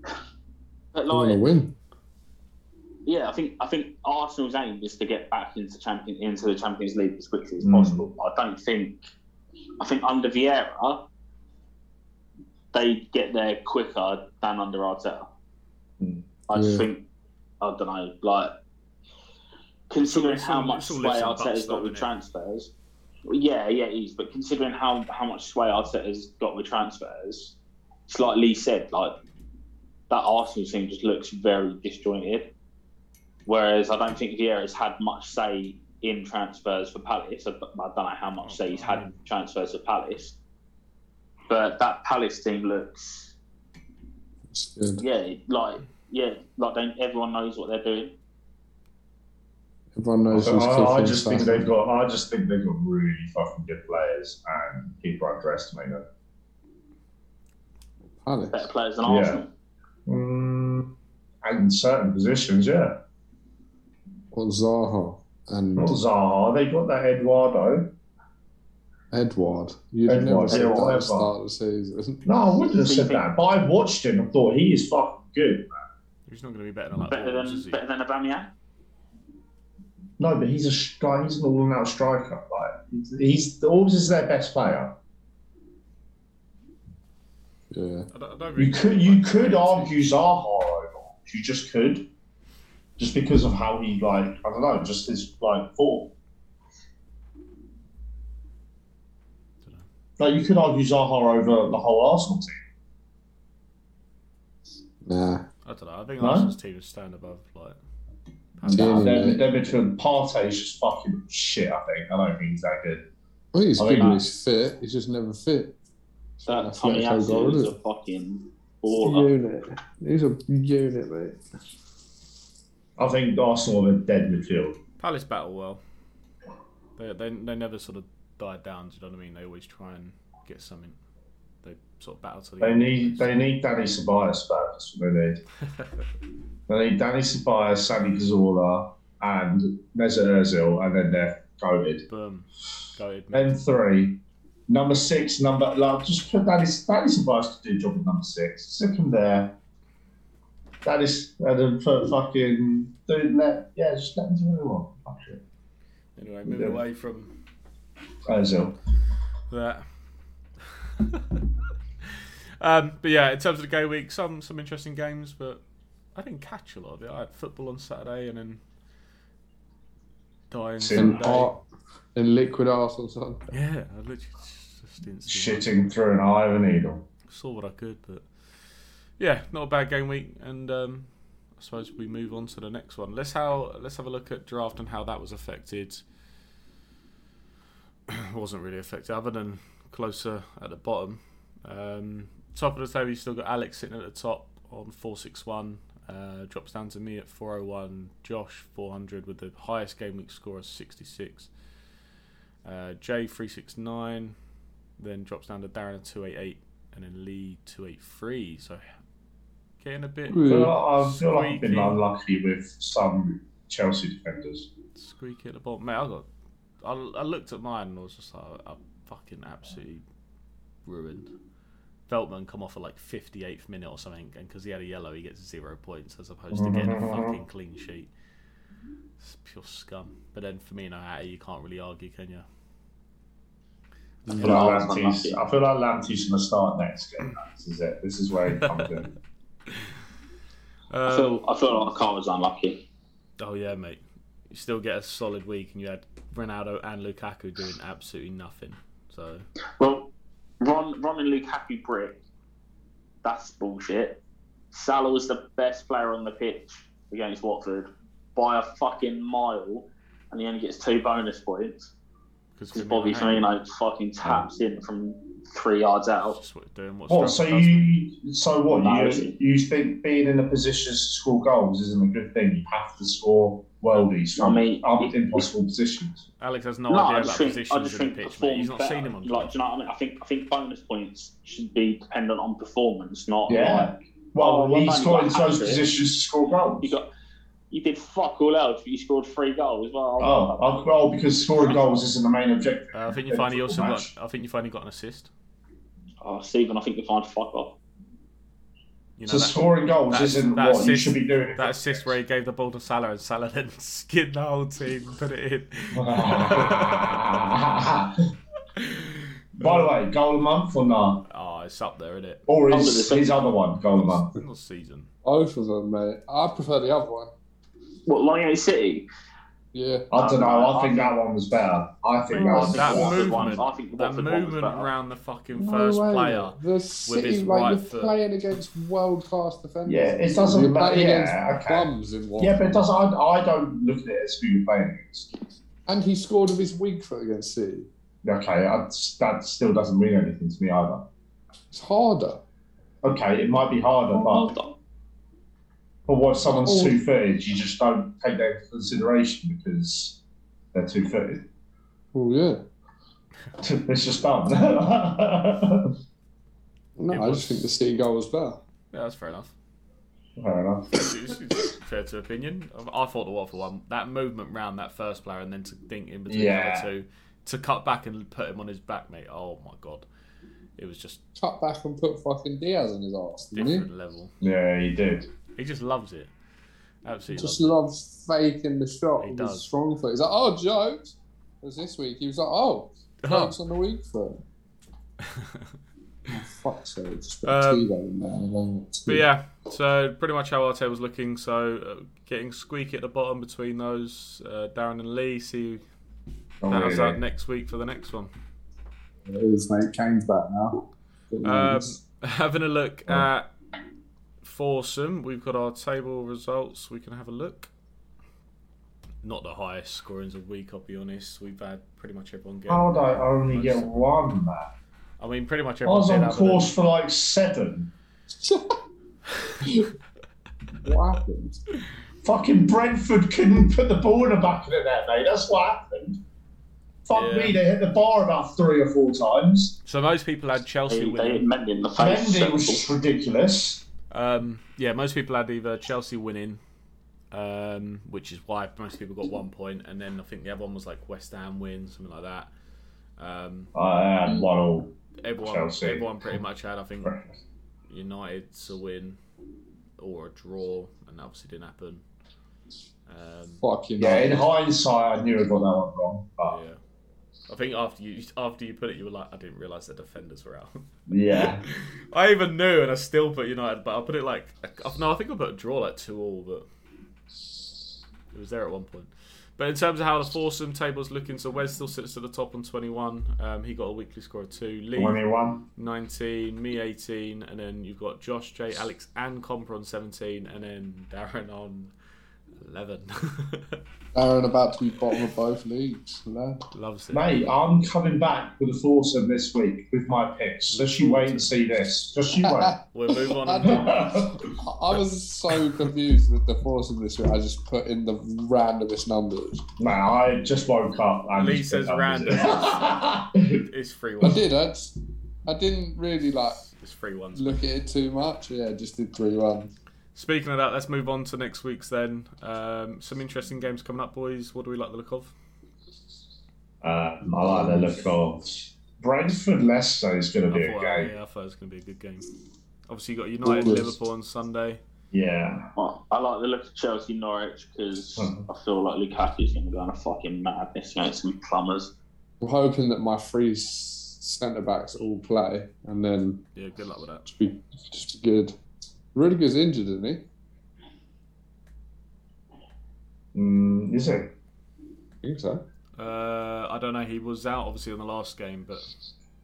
D: but
C: They want to
D: like,
C: win.
D: yeah, I think I think Arsenal's aim is to get back into champion into the Champions League as quickly as
C: Hmm.
B: Mm.
D: possible. I don't think. I think under Vieira, they get there quicker than under Arteta.
B: Mm.
D: I just
C: Hmm. Yeah.
D: think I don't know, like considering
A: it's
D: how
A: all- it's
D: much
A: all
D: sway
A: ifs and buts,
D: Arteta's
A: though,
D: got with
A: innit?
D: transfers. Well, yeah, yeah, it is. But considering how how much sway Arteta's got with transfers, it's like Lee said, like that Arsenal team just looks very disjointed. Whereas I don't think Vieira's had much say in transfers for Palace. I, I don't know how
A: Oh,
D: much say he's had in transfers for Palace, but that Palace team looks
C: It's good.
D: yeah, like yeah, like they, everyone knows what they're doing.
C: Everyone knows
B: So
C: who's
B: I, I
C: kicking
B: just think
C: stuff.
B: they've got. I just think they've got really fucking good players, and people underestimate them.
D: Better
C: Palace.
D: players than
B: Yeah.
D: Arsenal.
B: Mm, and in certain positions, yeah.
C: What Zaha and
B: Not Zaha. They got that Eduardo.
C: Edward. You'd
B: Edward,
C: never said
B: yeah,
C: that at
B: whatever.
C: the start of the season.
B: No, I wouldn't have
D: Do you
B: said
D: think-
B: that. But I watched him and thought he is fucking good.
A: He's not going to be better than like
D: Better
A: Wolves, is
D: than
A: he?
D: better than Aubameyang.
B: No, but he's a stri- he's an all-out striker. Like he's- he's always is their best player.
C: Yeah.
A: I don't, I don't really
B: You could you could argue Zaha over. Hawkins, You just could, just because of how he like I don't know, just his like form. Like you could argue Zaha over the whole Arsenal team.
C: Nah.
A: I don't know. I think
B: No?
A: Arsenal's team is standing above like.
C: Yeah.
A: Mm.
B: Nah, their, their midfield Partey's just fucking shit. I think I don't think he's that good.
C: Well, he's
B: I
C: good
B: think
C: when
B: that-
C: he's fit. He's just never fit.
D: That
C: That's
D: Tommy
C: Atletico goal,
D: Asu is a
C: isn't
D: fucking baller.
C: Unit. He's a unit, mate.
B: I think Arsenal have a dead midfield.
A: Palace battle well. They, they they never sort of died down. Do you know what I mean? They always try and get something. They sort of battle to the
B: They
A: end.
B: need they need Danny Ceballos back. That's what they need. they need Danny Ceballos, Sammy Cazorla, and Mesut Ozil, and then they're goaded.
A: Boom. Go ahead. mate.
B: Then three. Number six, number like just put that is that is advice to do a job at number six. Stick him there. That is and then put fucking do let yeah, just let him do what he wants. Fuck it.
A: Anyway, moving
B: Yeah.
A: away from
B: Ozil.
A: that. um, but yeah, in terms of the game week, some some interesting games, but I didn't catch a lot of it. I had football on Saturday and then dying
B: See,
C: And
B: Sunday.
C: art and liquid arse or something.
A: Yeah, I literally just didn't see much.
B: Shitting through an eye of a needle.
A: saw what I could, but yeah, not a bad game week. And um, I suppose we move on to the next one. Let's how let's have a look at draft and how that was affected. wasn't really affected, other than closer at the bottom. Um, top of the table, you still got Alex sitting at the top on four six one. Uh, drops down to me at 401, Josh 400 with the highest game week score of 66. Uh, J 369, then drops down to Darren at 288, and then Lee 283. So getting a bit
B: I feel
C: Ooh.
B: like- I feel like I've been
A: Squeaky.
B: unlucky with some Chelsea defenders.
A: squeaky at the bottom. Mate, I got. I, I looked at mine and I was just like, I'm fucking absolutely ruined. Veltman come off at like 58th minute or something, and because he had a yellow, he gets zero points as opposed to getting a fucking clean sheet. It's pure scum. But then for me and Hatter, you can't really argue, can you?
B: I feel,
D: Yeah,
B: like
D: that's
B: Lamptey's,
D: unlucky.
B: I feel like Lamptey's gonna start next game. This is it. This is where he comes in.
D: I feel I feel like I was unlucky.
A: Oh yeah, mate. You still get a solid week, and you had Ronaldo and Lukaku doing absolutely nothing. So
D: Well, Ron Ron and Lukaku brick. That's bullshit. Salah was the best player on the pitch against Watford by a fucking mile, and he only gets two bonus points because Bobby Firmino fucking taps in from three yards out.
A: just what- doing what's
B: What?
A: done,
B: So
A: does-
B: you, so what?
D: No,
B: you,
D: it's-
B: you think being in a position to score goals isn't a good thing? You have to score worldies
D: I
B: from
D: mean,
B: other
D: it-
B: impossible positions.
A: Alex has no,
D: No,
A: idea
D: I
A: about
D: just think I
A: positions
D: just
A: in
D: think
A: the pitch, mate.
D: perform
A: He's not
D: better.
A: seen him on
D: Like,
A: like,
D: do you know what I mean? I think I think bonus points should be dependent on performance, not like
B: Yeah. Well,
D: Oh, well,
B: he
D: man,
B: scored
D: you
B: in
D: got
B: those
D: hat-trick.
B: positions to score
D: You
B: goals.
D: got, you did fuck all else, but you scored three goals. Well,
B: Oh, oh, well, because scoring goals isn't the main objective.
A: uh, I think you finally also
B: Football
A: got. I think you finally got an assist.
D: oh, Stephen, I think you're fine. Fuck off.
A: You know
B: So
A: that,
B: scoring goals
A: that's-
B: isn't
A: that's
B: what you
A: it.
B: should be doing.
A: that assist where he gave the ball to Salah, and Salah then skinned the whole team and put it in.
B: By the way, goal a month or not?
A: Oh, it's up there, isn't it?
B: Or
D: Under the
B: is
D: same-
B: his other one goal a month?
A: Not season.
C: Both of them, mate. I prefer the other one.
D: What, Lion City?
C: Yeah.
B: I don't know. I think that one was better. I think that
D: I
B: was
D: think
A: That
D: the Watford
A: movement,
D: one- I think the
A: that
D: Watford one was
A: movement
D: better.
A: around the fucking
C: No
A: first
C: way.
A: player.
C: The City,
A: his
C: like
A: right
C: you're
A: foot.
C: playing against world class defenders.
B: Yeah, it doesn't
C: You're
B: matter.
C: playing
B: Yeah,
C: against
B: okay.
C: bums in one.
B: yeah, but it doesn't. I, I don't look at it as who you're playing against.
C: and he scored with his weak foot against City.
B: Okay, I, that still doesn't mean anything to me either.
C: It's harder.
B: Okay, it might be harder, but
D: Oh,
B: but what if someone's
C: Oh.
B: two footed, you just don't take that into consideration because they're two footed.
C: Oh yeah.
B: it's just done.
C: No,
A: It
C: I
A: was-
C: just think the City goal was better.
A: Yeah, that's fair enough.
B: Fair enough.
A: It's- it's- it's fair to opinion. I thought the Watford one, that movement round that first player, and then to think in between the
B: Yeah.
A: other two, to cut back and put him on his back, mate. Oh my god, it was just
C: Cut back and put fucking Diaz on his arse, didn't
A: different level.
B: Yeah, he did.
A: He just loves it.
C: he?
A: Absolutely.
C: Just
A: Loves
C: loves faking the shot
A: He
C: with
A: does.
C: his strong foot. He's like, oh, jokes. It was this week. He was like, oh,
A: it.
C: jokes on the weak foot. Oh, fuck so. Just put
A: Um,
C: Tebow in there. and then it's
A: But yeah, so pretty much how Arteta was looking. So uh, getting squeaky at the bottom between those uh, Darren and Lee. See
B: Not
A: that was
B: really.
A: out next week for the next one.
C: It is, mate. Kane's back now.
A: Um, having a look at foursome, we've got our table results. We can have a look. Not the highest scorings of the week, I'll be honest. We've had pretty much everyone get.
B: How did I only get one, man?
A: I mean, pretty much
B: I
A: everyone
B: was
A: did.
B: on
A: other than-
B: course for like seven.
C: what happened?
B: Fucking Brentford couldn't put the ball in the back of the net, mate. That's what happened. Fuck
A: Yeah.
B: me, they hit the bar about three or four times.
A: So most people had
D: they,
A: Chelsea
D: they hit
A: winning.
D: Mendy in the face.
B: Mendy was just ridiculous.
A: Um, yeah, most people had either Chelsea winning, um, which is why most people got one point, and then I think the other one was like West Ham win, something like that. Um,
B: I had one all.
A: everyone,
B: Chelsea.
A: everyone pretty much had. I think United to win or a draw, and that obviously didn't happen. Um,
C: Fucking
B: Yeah, in hindsight, I knew I got that one wrong. But
A: yeah, I think after you after you put it, you were like, I didn't realise the defenders were out.
B: yeah,
A: I even knew, and I still put United, but I put it like I- no, I think I put a draw like two all, but it was there at one point. But in terms of how the foursome table's looking, so Wes still sits at the top on 21. Um, he got a weekly score of two. Lee
B: when he won,
A: 19, me 18, and then you've got Josh, Jay, Alex, and Comper on 17, and then Darren on 11.
C: Aaron about to be bottom of both leagues. No.
A: Loves it.
B: mate, I'm coming back with a foursome this week with my picks. Just you wait and see this. Just you wait.
A: We'll move on.
B: I
C: I I was so confused with the force of this week. I just put in the randomest numbers.
B: Man, I just woke up. And
A: Lee says random. it's free
C: I
A: ones.
C: did. I, just, I didn't really like
A: It's free ones.
C: look at it too much. Yeah, just did three ones.
A: Speaking of that, let's move on to next week's then. Um, some interesting games coming up, boys. What do we like the look of?
B: Um, I like the look of Brentford Leicester is going to be
A: I
B: a
A: thought,
B: game.
A: Yeah, I thought it was going to be a good game. Obviously, you've got United,
C: Always.
A: Liverpool on Sunday.
B: Yeah.
D: Well, I like the look of Chelsea Norwich because
B: Mhm.
D: I feel like Lukaku's going to go on a fucking madness against some plumbers.
C: I'm hoping that my three s- centre backs all play and then
A: Yeah, good luck with that.
C: just be, just be good. Rudiger's injured, isn't he?
B: Mm, is it?
C: I think so.
A: Uh, I don't know. He was out obviously on the last game, but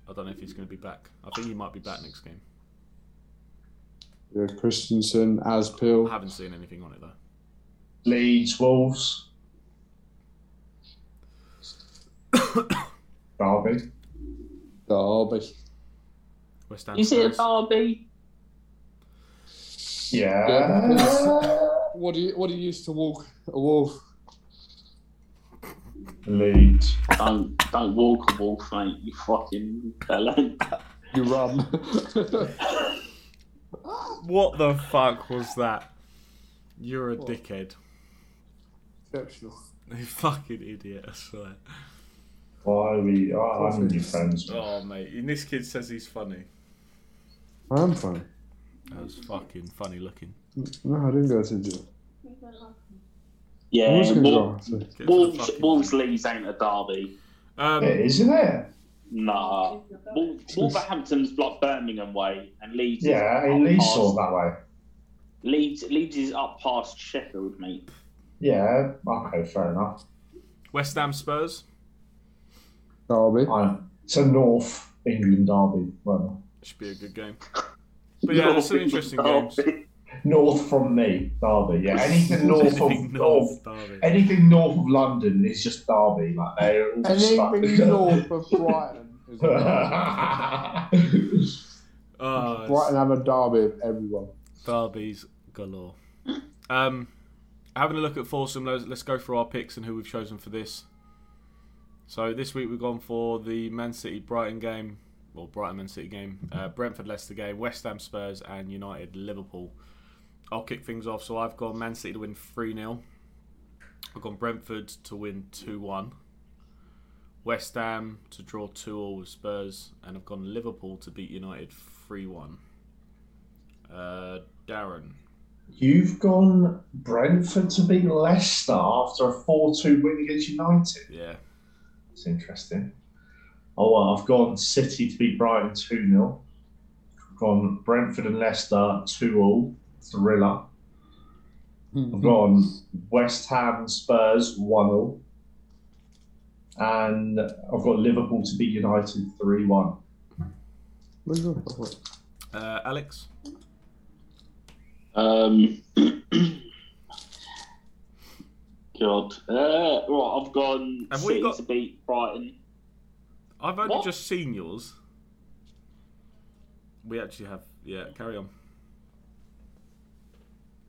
A: I don't know if he's going to be back. I think he might be back next game.
C: Yeah, Christensen,
A: I
C: Aspil.
A: haven't seen anything on it though.
B: Leeds, Wolves, Derby.
C: Derby.
A: West Ham.
D: Is it a
A: Spurs.
D: derby?
B: Yeah.
C: What do you What do you use to walk a wolf?
B: Leeds.
D: Don't don't walk a wolf, mate. You fucking felon.
C: You run.
A: What the fuck was that? You're a
C: What?
A: dickhead.
C: Exceptional.
A: You fucking idiot, I swear.
B: Why are we? Oh, I'm with your friends. man.
A: Oh, mate. And this kid says he's funny.
C: I am funny.
A: That was fucking funny looking.
C: No, I didn't go to the gym.
A: Um,
C: I was
D: Yeah,
C: going to
D: Wol-
C: go. so-
A: Get to the
D: Wolves,
A: fucking-
D: Wolves Leeds ain't a derby.
A: Um,
B: It is, isn't it?
D: Nah. Wol- Wolverhampton's like Birmingham way, and Leeds. is
B: Yeah,
D: up
B: in Leeds
D: past-
B: sort of that way.
D: Leeds, Leeds is up past Sheffield, mate.
B: Yeah, okay, fair enough.
A: West Ham Spurs.
C: Derby.
B: I, it's a North England derby. Well,
A: Should be a good game. But yeah, there's some interesting
D: Oh,
A: games.
B: north from me, derby. Yeah, anything north of
A: Anything north,
B: north.
A: Derby.
B: Anything north of London is just derby. Like they're all just like-
C: Anything north of Brighton. Is
A: Oh, it's-
C: Brighton have a derby of everyone.
A: Derbies galore. Um, having a look at foursome, let's, let's go through our picks and who we've chosen for this. So this week we've gone for the Man City Brighton game, well Brighton Man City game, uh, Brentford Leicester game, West Ham Spurs, and United Liverpool. I'll kick things off. So I've gone Man City to win three 0 I've gone Brentford to win two one. West Ham to draw two 0 with Spurs, and I've gone Liverpool to beat United three one. Uh, Darren.
B: You've gone Brentford to beat Leicester after a four-two win against United.
A: Yeah.
B: It's interesting. Oh, well, I've gone City to beat Brighton 2 0. Gone Brentford and Leicester 2 0. Thriller.
C: Hmm.
B: I've gone West Ham Spurs 1 0. And I've got Liverpool to beat United 3 1.
C: Where's your- oh, wait.
A: Uh, Alex.
D: Um, God. Uh, right, I've gone
A: Have we
D: City
A: got-
D: to beat Brighton.
A: I've only
D: What?
A: just seen yours. We actually have. Yeah, carry on.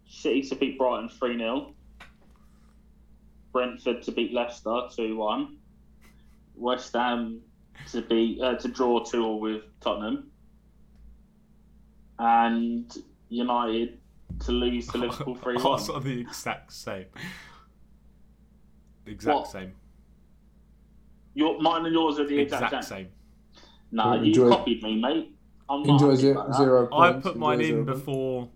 D: City to beat Brighton 3 0. Brentford to beat Leicester 2 1. West Ham to beat uh, to draw 2 0 with Tottenham. And United to lose to Liverpool 3 1.
A: Ours are the exact same. The exact
D: What?
A: same.
D: Your, mine and yours are the exact,
A: Exact
D: same.
A: same.
D: Nah, you
C: Enjoy-
D: copied me, mate. I'm not
C: Enjoy
D: happy
C: zero,
D: about that.
C: zero
A: I
C: points.
A: put
C: enjoy
A: mine in
C: zero points.
A: before.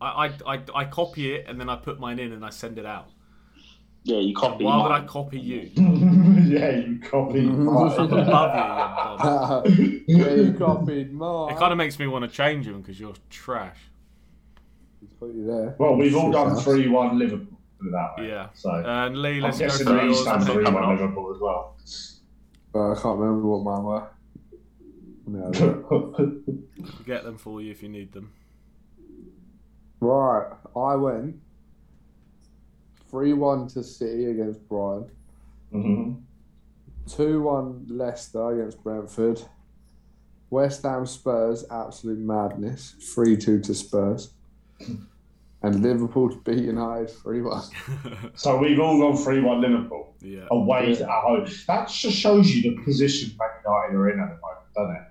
A: I, I, I, I copy it and then I put mine in and I send it out.
D: Yeah, you copied
A: Why would
D: mine.
A: I copy you?
B: yeah, you copied
A: Mm-hmm. I
B: mine.
A: love you, you bum.
C: yeah, you copied mine.
A: It kind of makes me want to change him because you're trash.
C: put you there.
B: well, we've all done
C: Shit
B: 3 1 Liverpool. Put it that way.
A: Yeah.
B: So
A: And Lee,
B: I'm
A: let's go
B: guessing
A: for
B: they
A: yours.
B: stand
A: I've got
B: 3
A: coming
B: 1
A: up.
B: Liverpool as well.
C: Uh, I can't remember what mine were. No.
A: Get them for you if you need them.
C: right, I went 3 1 to City against Brighton,
B: hmm
C: 2 1 Leicester against Brentford, West Ham Spurs, absolute madness, 3 2 to Spurs, and Liverpool to beat United 3 1.
B: So we've all gone 3 1 Liverpool
A: yeah.
C: Oh,
B: away at home. That just shows you the position Man United are in at the moment, doesn't it?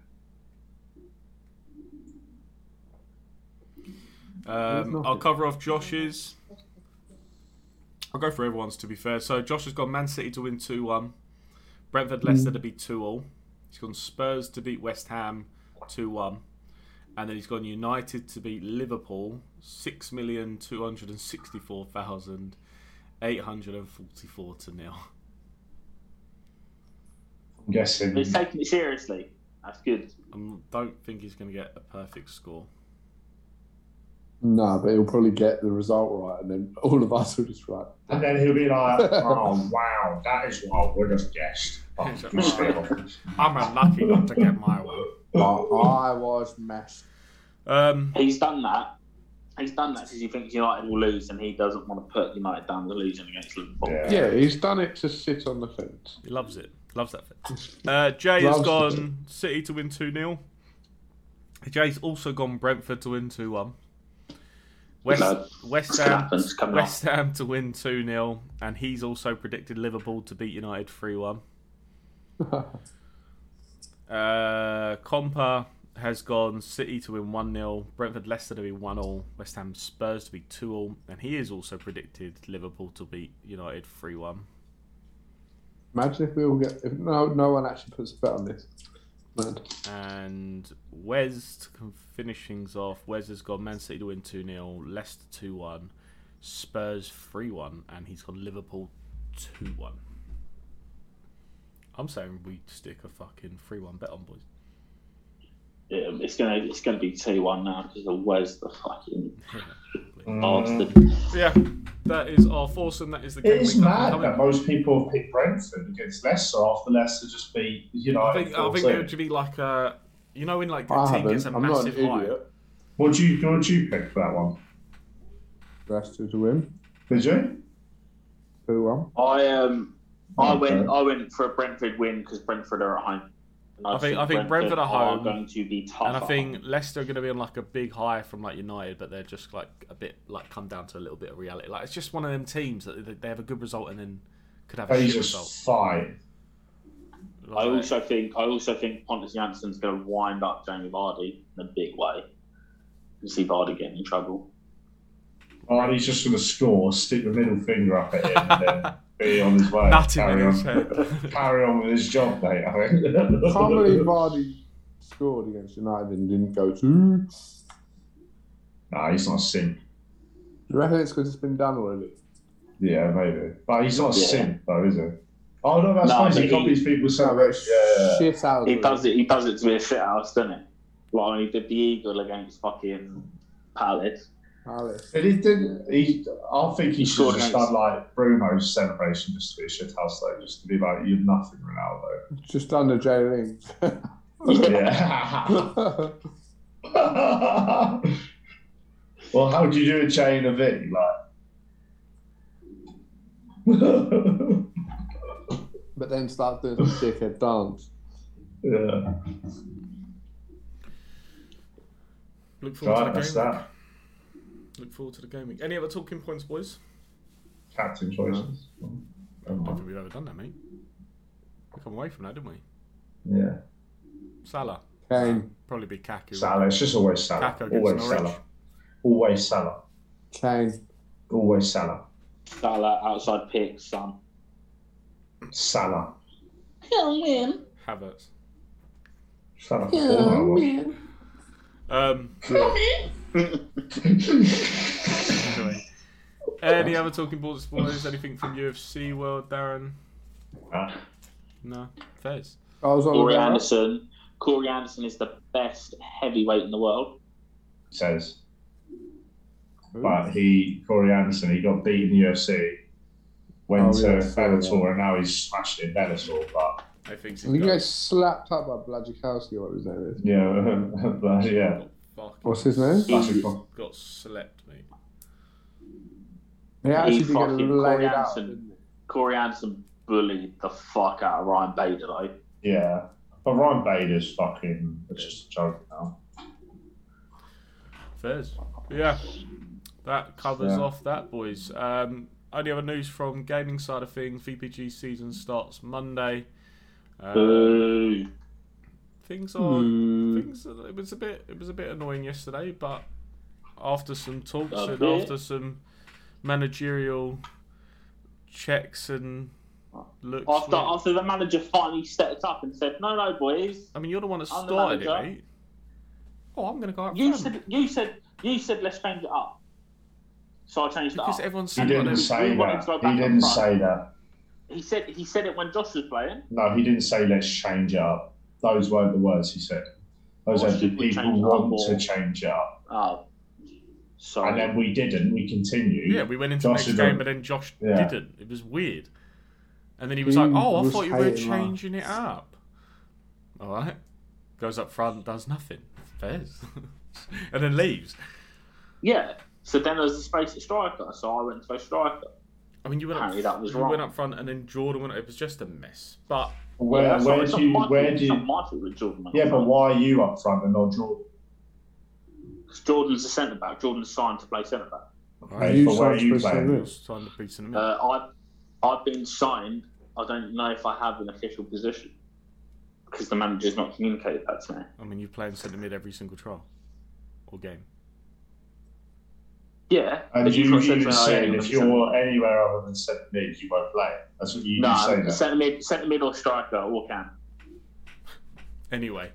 A: Um,
C: There's
A: I'll
C: nothing.
A: cover off Josh's. I'll go for everyone's to be fair. So Josh has gone Man City to win 2 1, Brentford
C: Hmm.
A: Leicester to beat 2 0. He's gone Spurs to beat West Ham 2 1. And then he's gone United to beat Liverpool 6,264,844 to nil.
B: I'm guessing.
D: He's taking it seriously. That's good.
A: I don't think he's going to get a perfect score.
C: No, but he'll probably get the result right, and then all of us will just be like,
B: And then he'll be like, oh, wow, that is what I would have guessed. Oh,
A: He's like,
B: just
A: "Oh,
B: hang on."
A: I'm unlucky not to get my one.
C: "Oh, I was messed.
A: Um,
D: He's done that. He's done that because he thinks United will lose, and he doesn't want to put United down to losing against Liverpool.
B: Yeah.
C: Yeah, he's done it to sit on the fence.
A: he loves it. Loves that fit. Uh, Jay has
C: Loves
A: gone City to win 2 0. Jay's also gone Brentford to win 2 1.
D: No.
A: West, West, Ham,
D: Happens coming
A: West Ham to win 2 0. And he's also predicted Liverpool to beat United 3 1. Uh, Compa has gone City to win 1 0, Brentford Leicester to be 1 0, West Ham Spurs to be 2 0, and he has also predicted Liverpool to beat United 3 1.
C: Imagine if we all get if no no one actually puts a bet on this. Man.
A: And Wes to con- finish things off. Wes has gone Man City to win 2 0, Leicester 2 1, Spurs 3 1, and he's gone Liverpool 2 1. I'm saying we stick a fucking 3 1 bet on, boys.
D: Yeah, it's gonna it's gonna be two one now because of where's the fucking
B: Mm.
D: bastard?
A: Yeah, that is our foursome. That is the
B: It is mad that most people have picked Brentford against Leicester after Leicester just beat
A: I
B: United.
A: think I think
B: 4-2.
A: there would be like a you know when like the
C: I
A: team gets
C: haven't.
A: a
C: I'm not an
A: massive high.
C: idiot.
B: What do you what do you pick for that one?
C: Leicester to win.
B: Did you?
C: Who won?
D: I um I
B: Okay.
D: went I went for a Brentford win because Brentford are at home. And
A: I think- I think Brentford are home.
D: going to be tough.
A: And I
D: at
A: think
D: home.
A: Leicester are going to be on like a big high from like United, but they're just like a bit like come down to a little bit of reality. Like it's just one of them teams that they- they have a good result and then could have a
B: They
A: shit result.
B: just fight.
A: Like,
D: I also think I also think Pontus Janssen's going to wind up Jamie Vardy in a big way. You see Vardy getting in trouble.
B: Oh, he's just going to score, stick the middle finger up at him, and then be on his way.
A: nut him
B: carry,
A: in
B: on,
A: his head.
B: carry on with his job, mate. I think.
C: Can't believe Vardy scored against United and didn't go to.
B: Nah, he's not a simp.
C: You reckon it's because it's been done already?
B: Yeah, maybe. But he's not a
D: Yeah.
B: simp, though, is he? Oh, no, that's
D: No,
B: nice.
D: but
B: He
D: he-
B: copies people's salvation. Yeah.
C: Shit out.
D: He does it. He does it to be a shit house, doesn't it? Like when he did the eagle against fucking Palace.
C: Alice.
B: But he didn't. He, I think he
D: He
B: should
D: scored
B: have just
D: against-
B: done like Bruno's celebration just to be a shit house, though, just to be like, you're nothing, Ronaldo.
C: Just under Jay Lings.
B: Yeah. well, how do you do a chain of it? Like,
C: but then start doing some dickhead dance.
B: yeah.
A: look
B: God,
A: forward to
B: that's
A: the game. week.
B: that.
A: Look forward to the game. week. Any other talking points, boys?
B: Captain choices.
A: I don't think we've ever done that, mate. We come away from that, didn't we?
B: Yeah.
A: Salah
C: Kane,
A: probably be Kaku.
B: Salah. It's just always Salah.
A: Kaká against
B: Always
A: Norwich.
B: Salah. Always Salah.
C: Kane,
B: Always Salah.
D: Salah outside pick, son.
B: Salah.
A: Havertz.
B: Salah. Oh,
A: Um, anyway. Any other talking points, boys? Anything from UFC world, Darren? No, Fez.
C: I was on
D: Corey
C: the
D: Anderson. Corey Anderson is the best heavyweight in the world.
B: says. But he, Corey Anderson, he got beat in the UFC, went
C: Oh,
B: to
C: yeah, Salah,
B: Bellator, and now he's smashed in Bellator. But
A: I think he's
C: You
A: got,
C: guys slapped up by Bladzikowski or what his name is.
B: yeah, but yeah.
A: got fucking
C: What's his name?
B: That's
D: He-
B: a con-
A: got slept, mate.
C: He actually did get
D: fucking Corey
C: laid out.
D: Anderson. Corey Anderson bullied the fuck out of Ryan Bader, though.
B: Yeah. But Ryan Bader's fucking it's just a joke now.
A: Fez. Yeah. That covers
B: Yeah.
A: off that, boys. Um, only other news from gaming side of things. VPG season starts Monday. Uh,
D: Boo.
A: things are
C: Hmm.
A: things. It was a bit. It was a bit annoying yesterday, but after some talks
D: A
A: and
D: bit.
A: after some managerial checks and looks.
D: After,
A: we-
D: after the manager finally stepped up and said, "No, no, boys,
A: I mean, you're the one that
D: I'm the
A: started it,
D: manager.
A: mate. Oh, I'm gonna go out
D: you
A: front.
D: said, you said, you said, let's change it up." So I changed
A: because "Oh,
D: it up.
A: everyone's
B: He
A: saying
B: didn't
A: what they-
B: say
D: we wanted
B: that.
D: to go
B: He
D: back
B: didn't
D: up front.
B: say that.
D: He said, he said it when Josh was playing.
B: No, he didn't say let's change it up. Those weren't the words he said. Those
D: Or
B: are
D: should we
B: people
D: change it up,
B: want
D: or-
B: to change it up.
D: Oh, So
B: and then we didn't. We continued.
A: Yeah, we went into
B: Josh
A: the next
B: didn't.
A: game, but then Josh
B: Yeah.
A: didn't. It was weird. And then he was
C: He
A: like, "Oh, I
C: was
A: thought you were
C: hating us.
A: changing it up." All right, goes up front, does nothing, fares, and then leaves.
D: yeah. So then there was a space at striker, so I went to play striker.
A: I mean, you went
D: Apparently
A: up,
D: that was
A: you
D: wrong.
A: went up front, and then Jordan went. It was just a mess. But
D: Yeah,
B: Where,
D: that's not-
B: where
D: it's
B: do
D: not
B: you?
D: my fault,
B: Where
D: it's
B: do?
D: not
B: You,
D: my fault that Jordan went
B: yeah,
D: up
B: but
D: front.
B: why are you up front and not Jordan?
D: 'Cause Jordan's a centre back. Jordan's signed to play centre back.
B: Hey,
C: You
B: but where are
C: signed
B: you
C: for
B: playing?
C: Sevilla.
A: it's time to be in the middle.
D: Uh, I I've been signed. I don't know if I have an official position because the manager's not communicated that to me.
A: I mean, you play in centre mid every single trial or game.
D: Yeah,
B: And
D: but
B: you,
D: you've got
B: you
D: centre-
B: said
D: yeah,
B: if
D: you've got centre-
B: you're anywhere other than centre mid, you won't play. That's what you, you say.
D: no
B: that.
D: centre mid, centre mid or striker or can.
A: Anyway,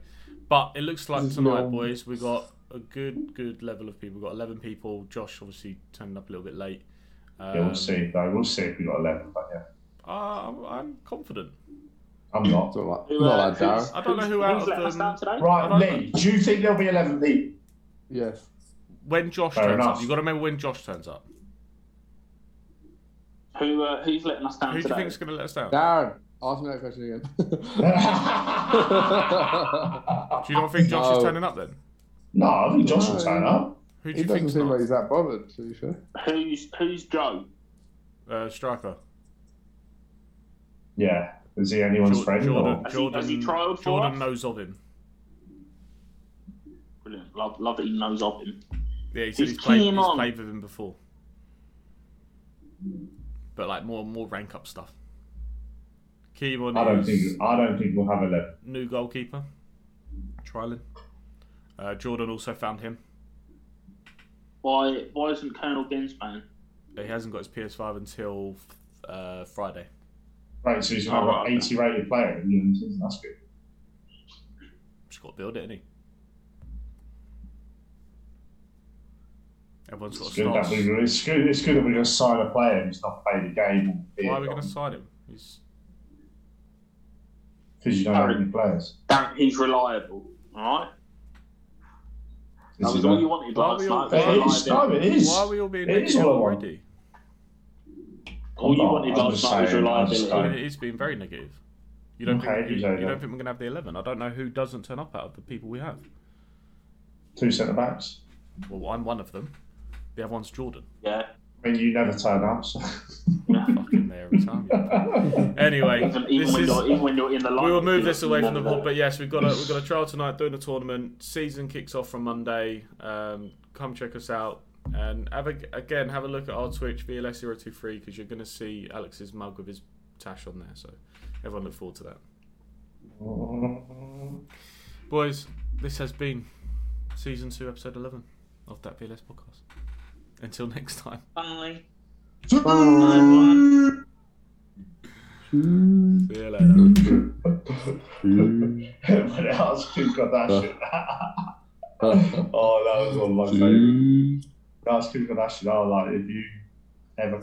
A: but it looks like
C: This is
A: tonight,
C: long.
A: boys, we got a good, good level of people. We've got 11 people. Josh obviously turned up a little bit late. Um,
B: yeah, we'll see. Though we'll see if we got eleven. But yeah,
A: uh, I'm, I'm confident.
B: I'm not.
C: It's all right.
D: Who, uh,
C: Not that
D: who's-
C: down.
A: I don't know
D: who's-
A: who out
D: who's
A: of
D: let us
A: them-
D: down today.
A: I
B: Right,
A: don't
B: Lee. Do you think there'll be eleven, Lee?
C: Yes.
A: When Josh
B: Fair
A: turns
B: enough.
A: up, you've got to remember when Josh turns up.
D: Who uh, who's letting us down
A: Who do you
D: today?
A: think's going to let us down?
C: Darren, ask me that question again.
B: no,
A: Do you not think Josh is
C: No.
A: turning up then?
B: I think Josh will turn up.
A: Who do
C: he
A: you
C: doesn't
A: think's
C: seem
A: not?
C: like he's that bothered, to be fair.
D: Who's who's Joe?
A: Uh, striker.
B: Yeah. Is he anyone's
A: Jor-
B: friend?
A: Jordan,
B: Or?
D: Has he-
A: Jordan,
D: has he trialled for
A: Jordan
D: us?
A: knows of him.
D: Brilliant. Love love that he knows of him.
A: Yeah, he said
D: He's
A: he's, played,
D: keen
A: he's
D: on.
A: played with him before. But like more more rank up stuff. Keevan
B: I don't
A: is
B: think. I don't think we'll have eleven.
A: new goalkeeper. Trialing. Uh, Jordan also found him.
D: Why why isn't Colonel Ginsman?
A: He hasn't got his PS5 until uh, Friday.
B: Right, so he's
A: Oh,
B: gonna have an eighty-rated player in the end. season, That's good.
A: Just got to build it, isn't he? Everyone's got
B: It's
A: to
B: good,
A: start.
B: that we, it's good. It's good that we're gonna sign a player who's not played a game.
A: Why are we going to sign him? He's
B: Because you don't have any players.
D: Darren, he's reliable. All right,
B: This
D: that
B: is
D: was all
B: not-
D: you wanted
A: Why
D: last
A: we all-
D: night.
A: Hey,
B: It
D: was
B: is. No,
D: reliability.
B: it is.
A: Why are we all being
B: It is
A: negative
B: all I want.
A: already?
D: All
B: Hold
D: you
B: on,
D: wanted
B: I'm
D: last
B: just
D: night
B: saying, I'm
D: was
B: just
D: reliability.
A: I mean,
B: saying.
A: it is being very negative. You don't,
B: Okay,
A: think, you,
B: he's
A: you
B: over.
A: don't think we're going to have the 11? I don't know who doesn't turn up out of the people we have.
B: Two centre backs.
A: Well, I'm one of them. The other one's Jordan.
D: Yeah.
B: I mean, you never turn up. So.
A: Fucking there every time. Anyway,
D: Even, even,
A: this
D: when
A: is,
D: you're, even when you're in the line,
A: we will move this away from the pod, but yes, we've got a we've got a trial tonight doing the tournament. Season kicks off from Monday. Um, come check us out and have a, again have a look at our Twitch VLS023 because you're going to see Alex's mug with his tash on there. So everyone look forward to that, boys. This has been season two, episode eleven of that VLS podcast. Until next time.
D: Bye.
A: See you later.
B: when else who's got that shit? oh, that was all my favourite.
C: Two.
B: That's Kim Kardashian. I like if you ever